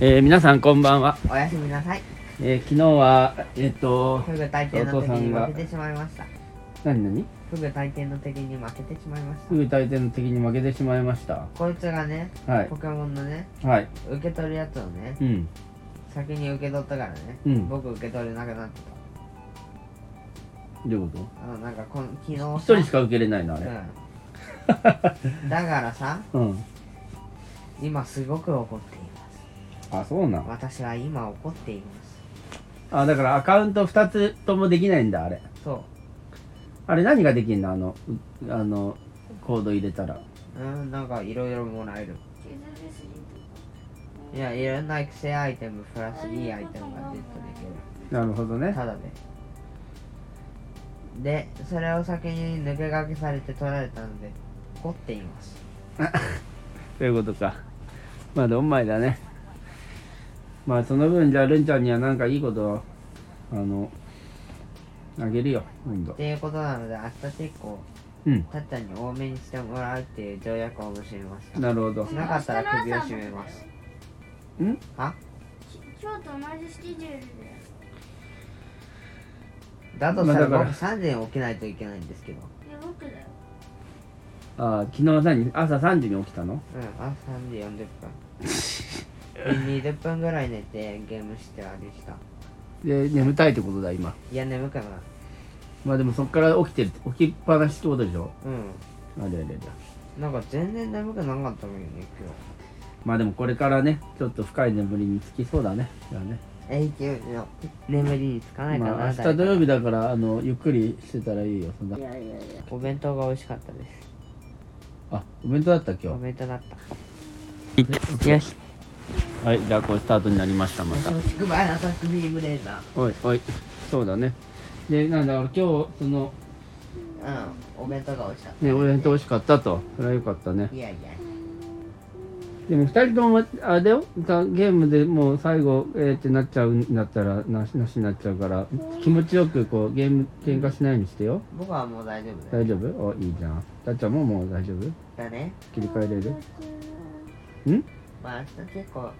えー皆さんこんばんは、おやすみなさい。えー昨日はえっ、とフグ大抵の敵に負けてしまいました。何何フグ大抵の敵に負けてしまいましたす。ぐ大抵の敵に負けてしまいましたこいつがね、はいポケモンのね、はい受け取るやつをね、うん先に受け取ったからね、うん僕受け取れなくなってた。どういうこあの、なんかこの、昨日さと一人しか受けれないのあれうん。だからさ、 うん今すごく怒っていまあす。そうなん私は今怒っています。あだからアカウント2つともできないんだあれそあれ何ができんのあのうあのコード入れたらう。うん、なんかいろいろもらえる。いや、いろんな育成アイテムプラスいいアイテムがゲットできる。なるほどねただででそれを先に抜け駆けされて取られたので怒っていますということかまあドンマイだねまあその分じゃあるんちゃんにはなんかいいことをあのあげるよ今度っていうことなので明日結構うんたっちゃんに多めにしてもらうっていう条約を結びましたなるほどしなかったら首を絞めますんは今日と同じスケジュールでだとしたらまあ僕だ3時に起きないといけないんですけどいや僕だよあ昨日何朝3時に起きたのうんあ3時40分 で20分ぐらい寝てゲームしてあれしたで眠たいってことだ今いや眠くないまあでもそっから起きてる起きっぱなしってことでしょうあれあれあれんなんか全然眠くなかったもんね今日まあでもこれからねちょっと深い眠りにつきそうだねじゃあね永久の眠りにつかないかな、まあ明日誰か土曜日だからあのゆっくりしてたらいいよそんないやいやいやお弁当が美味しかったですあお弁当だった今お日弁当だったよしはいじゃあこうスタートになりましたまた私クバイアタックビームレーザおいおいそうだねでなんだろう今日そのーうんお弁当が美味しかっねお弁当美味しかったとそれはよかったねたいやいやでも2人ともあれだよさゲームでもう最後えー、ってなっちゃうんだったらなしなしになっちゃうから気持ちよくこうゲーム喧嘩しないようにしてよ僕はもう大丈夫だよ大丈夫おいいじゃんたっちゃんももう大丈夫だね切り替えれるんまあ明日結構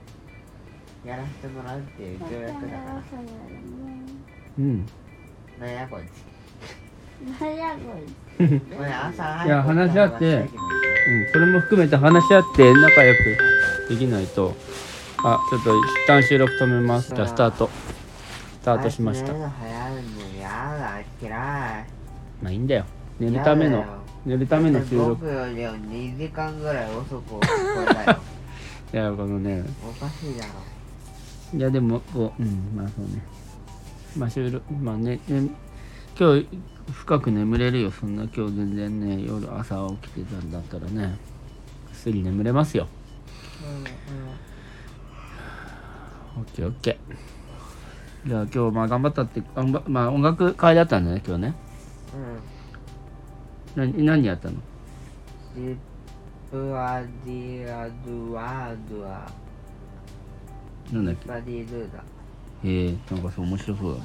やらせてもらうっていう条約だからうんなんやこい何やこいつ俺朝早くいや話し合って起た方が早いけうん、それも含めて話し合って仲良くできないとあちょっと一旦収録止めますじゃあスタートスタどートしましたあいつ寝るの早いのやだ嫌いまあいいんだよ寝るためやのだよ寝るための収録僕よりも2時間ぐらい遅く起き たよいやこのねおかしいだろいやでもこううんまあそうねまあ収録まあねね今日深く眠れるよそんな今日全然ね夜朝起きてたんだったらねぐっすり眠れますよオッケーオッケーじゃあ今日まあ頑張ったって頑張まあ音楽会だったんだね今日ねう何何やったのんうんブワディラドワドアなんだっけバディルーダへえなんかそう面白そうだね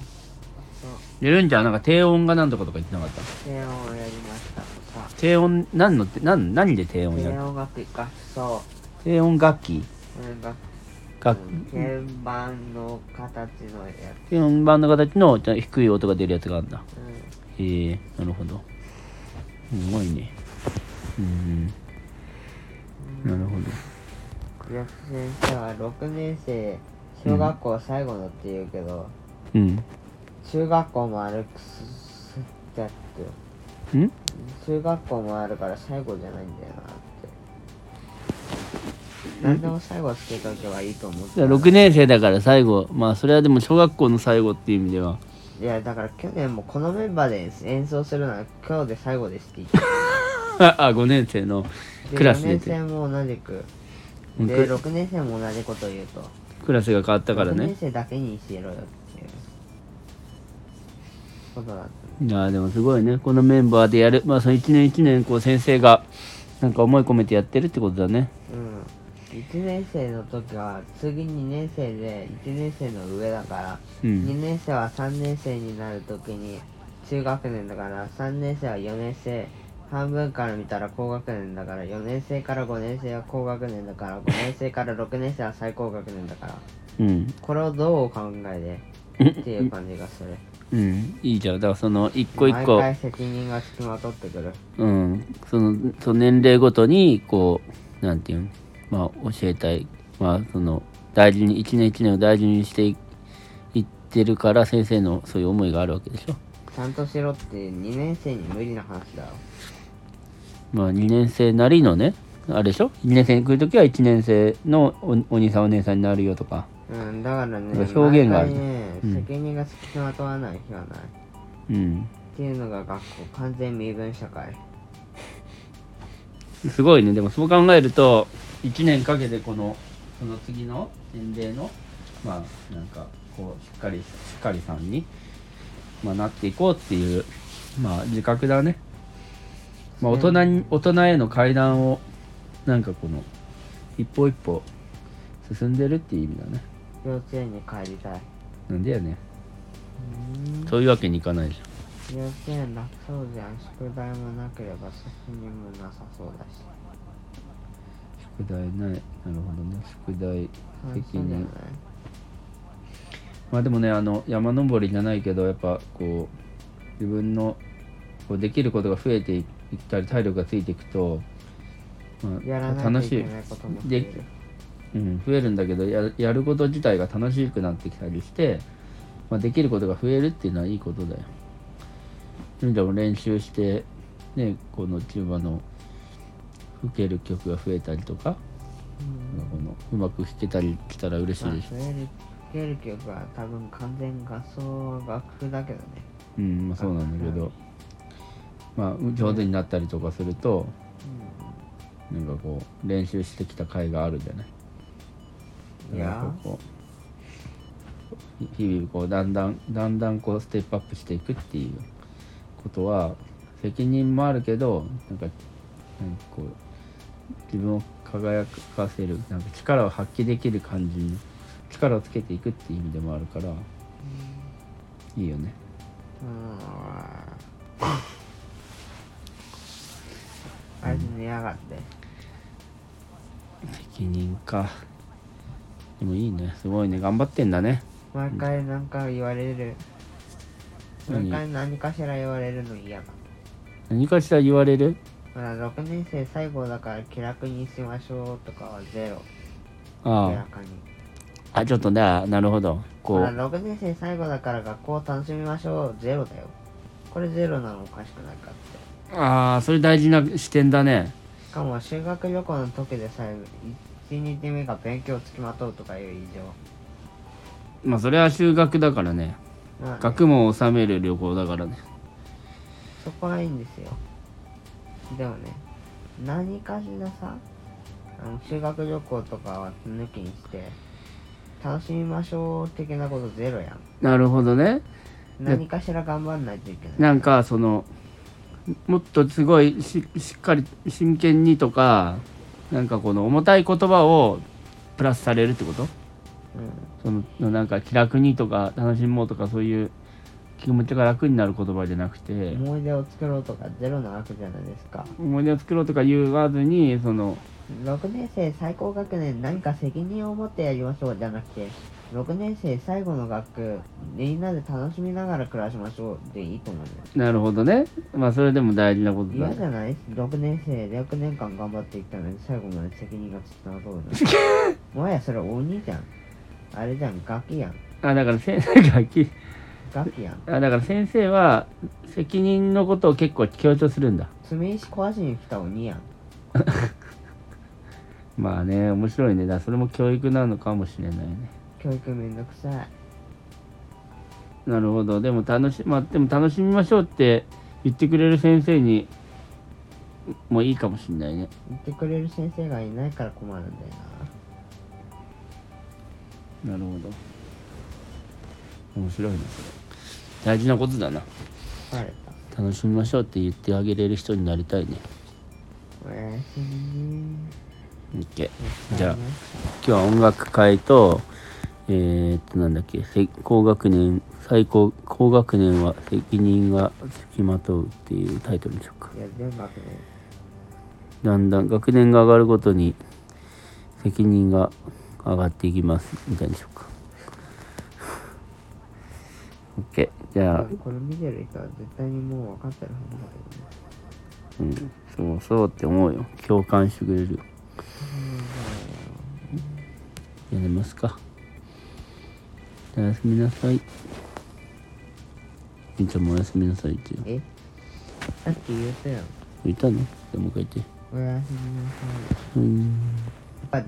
そうでるんちゃんなんか低音がなんとかとか言ってなかった低音をやりましたとか低音何のって何何で低音や低る音がピカソ低音楽器うんが楽鍵盤の形のや低音版の形のじゃあ低い音が出るやつがあるんだつ、うん、へえなるほどすごいねうんなるほどよく先生は6年生小学校最後のって言うけど、うん中学校もあるくすすってやってよん中学校もあるから最後じゃないんだよなって何でも最後つけとけばいいと思ってじゃあ6年生だから最後まあそれはでも小学校の最後っていう意味ではいやだから去年もこのメンバーで演奏するのは今日で最後ですってああ5年生の言ってクラス4で年て生も同じくうんでク6年生も同じこと言うとクラスが変わったから6ね年生だけにしろよっていうことだっいやーでもすごいねこのメンバーでやるまあその一年一年こう先生がなんか思い込めてやってるってことだねたうん1年生の時は次2年生で1年生の上だからう2ん年生は3年生になるときに中学年だから3年生は4年生半分から見たら高学年だから4年生から5年生は高学年だから5年生から6年生は最高学年だからうんこれをどう考えてっていう感じがするうんいいじゃんだからその一個一個毎回責任がつきまとってくるうん、そのその年齢ごとにこうなんていうんまあ教えたいまあその大事に一年一年を大事にしていいってるから先生のそういう思いがあるわけでしょちゃんとしろって2年生に無理な話だよまあ2年生なりのねあれでしょ2年生に来る時は1年生のおお兄さんお姉さんになるよとかうんだからね表現がある毎回ねうん責任がつきまとわない日はない、っうんていうのが学校完全身分社会すごいねでもそう考えると1年かけてこのその次の年齢のまあなんかこうしっかりしっかりさんに、まあ、なっていこうっていうまあ自覚だね、まあ、大人に大人への階段をなんかこの一歩一歩進んでるっていう意味だね幼稚園に帰りたいなんでやねそういうわけにいかないじゃ幼稚園楽そうじゃん宿題もなければ写真もなさそうだしん宿題ないなるほどね宿題楽し責いんじゃない任まあでもねあの山登りじゃないけどやっぱこう自分のこうできることが増えていったり体力がついていくと、まやらあ、な楽きゃいしけい、ないことも増えるうん、増えるんだけどややること自体が楽しくなってきたりして、まあ、できることが増えるっていうのはいいことだよ。そういう意味でも練習して、ね、このチューバの吹ける曲が増えたりとか、うんこのうまく弾けたりしたら嬉しいまあでしょ増える増える曲は多分完全合奏楽譜だけどねうん、まあ、そうなんだけど、まあ、上手になったりとかすると、なんかこう練習してきた甲斐があるじゃないいやーなんかこうひ日々こうだんだんだんだんこうステップアップしていくっていうことは責任もあるけどなんかなんかこう自分を輝かせるなんか力を発揮できる感じに力をつけていくっていう意味でもあるから、いいよねうんあいつ寝やがって責任かでもいいねすごいね頑張ってんだね毎回何か言われる何毎回何かしら言われるの嫌だ何かしら言われるほら6年生最後だから気楽にしましょうとかはゼロあ明あらかにあちょっとねあなるほどこほらう6年生最後だから学校を楽しみましょうゼロだよこれゼロなのおかしくないかってああそれ大事な視点だねしかも修学旅行の時でさえ1日目が勉強つきまとうとかいう以まあそれは修学だからね上、まあね学問を収める旅行だからねそこはいいんですよでもね何かしらさあの修学旅行とかは抜きにして楽しみましょう的なことゼロやんなるほどね何かしら頑張んないといけないなんかそのもっとすごいししっかり真剣にとかなんかこの重たい言葉をプラスされるってことうんそののなんか気楽にとか楽しもうとかそういう気持ちが楽になる言葉じゃなくて思い出を作ろうとかゼロなわけじゃないですか思い出を作ろうとか言わずにその6年生最高学年何か責任を持ってやりましょうじゃなくて6年生最後の学区みんなで楽しみながら暮らしましょうでいいと思うんですなるほどねまあそれでも大事なことだ嫌じゃない6年生6年間頑張っていったのに最後まで責任がつきまとうのもはやそれ鬼じゃんあれじゃんガキやんあだから先生がきガキやんあだから先生は責任のことを結構強調するんだ爪石壊しに来た鬼やんまあね面白いねだからそれも教育なのかもしれないね教育めんどくさいなるほどでも楽し,、まあ、でも楽しみましょうって言ってくれる先生にもいいかもしれないね言ってくれる先生がいないから困るんだよなるほど面白いねそれ大事なことだななバレた楽しみましょうって言ってあげれる人になりたいねおやすみね OK じゃあ今日は音楽会と、えー、っとなんだっけせ高学年最高高学年は責任がつきまとうっていうタイトルでしょうかいや全部悪ねだんだん学年が上がるごとに責任が上がっていきますみたいでしょう か OK じゃあ、この見てる人は絶対にもう分かってるはずだけどねうん、そうそうって思うよ共感してくれるよやめますかじゃあおやすみなさいみーちゃんもおやすみなさいってえさっき言ったやん言ったのじゃあもう一回言っておやすみなさいやうんっぱり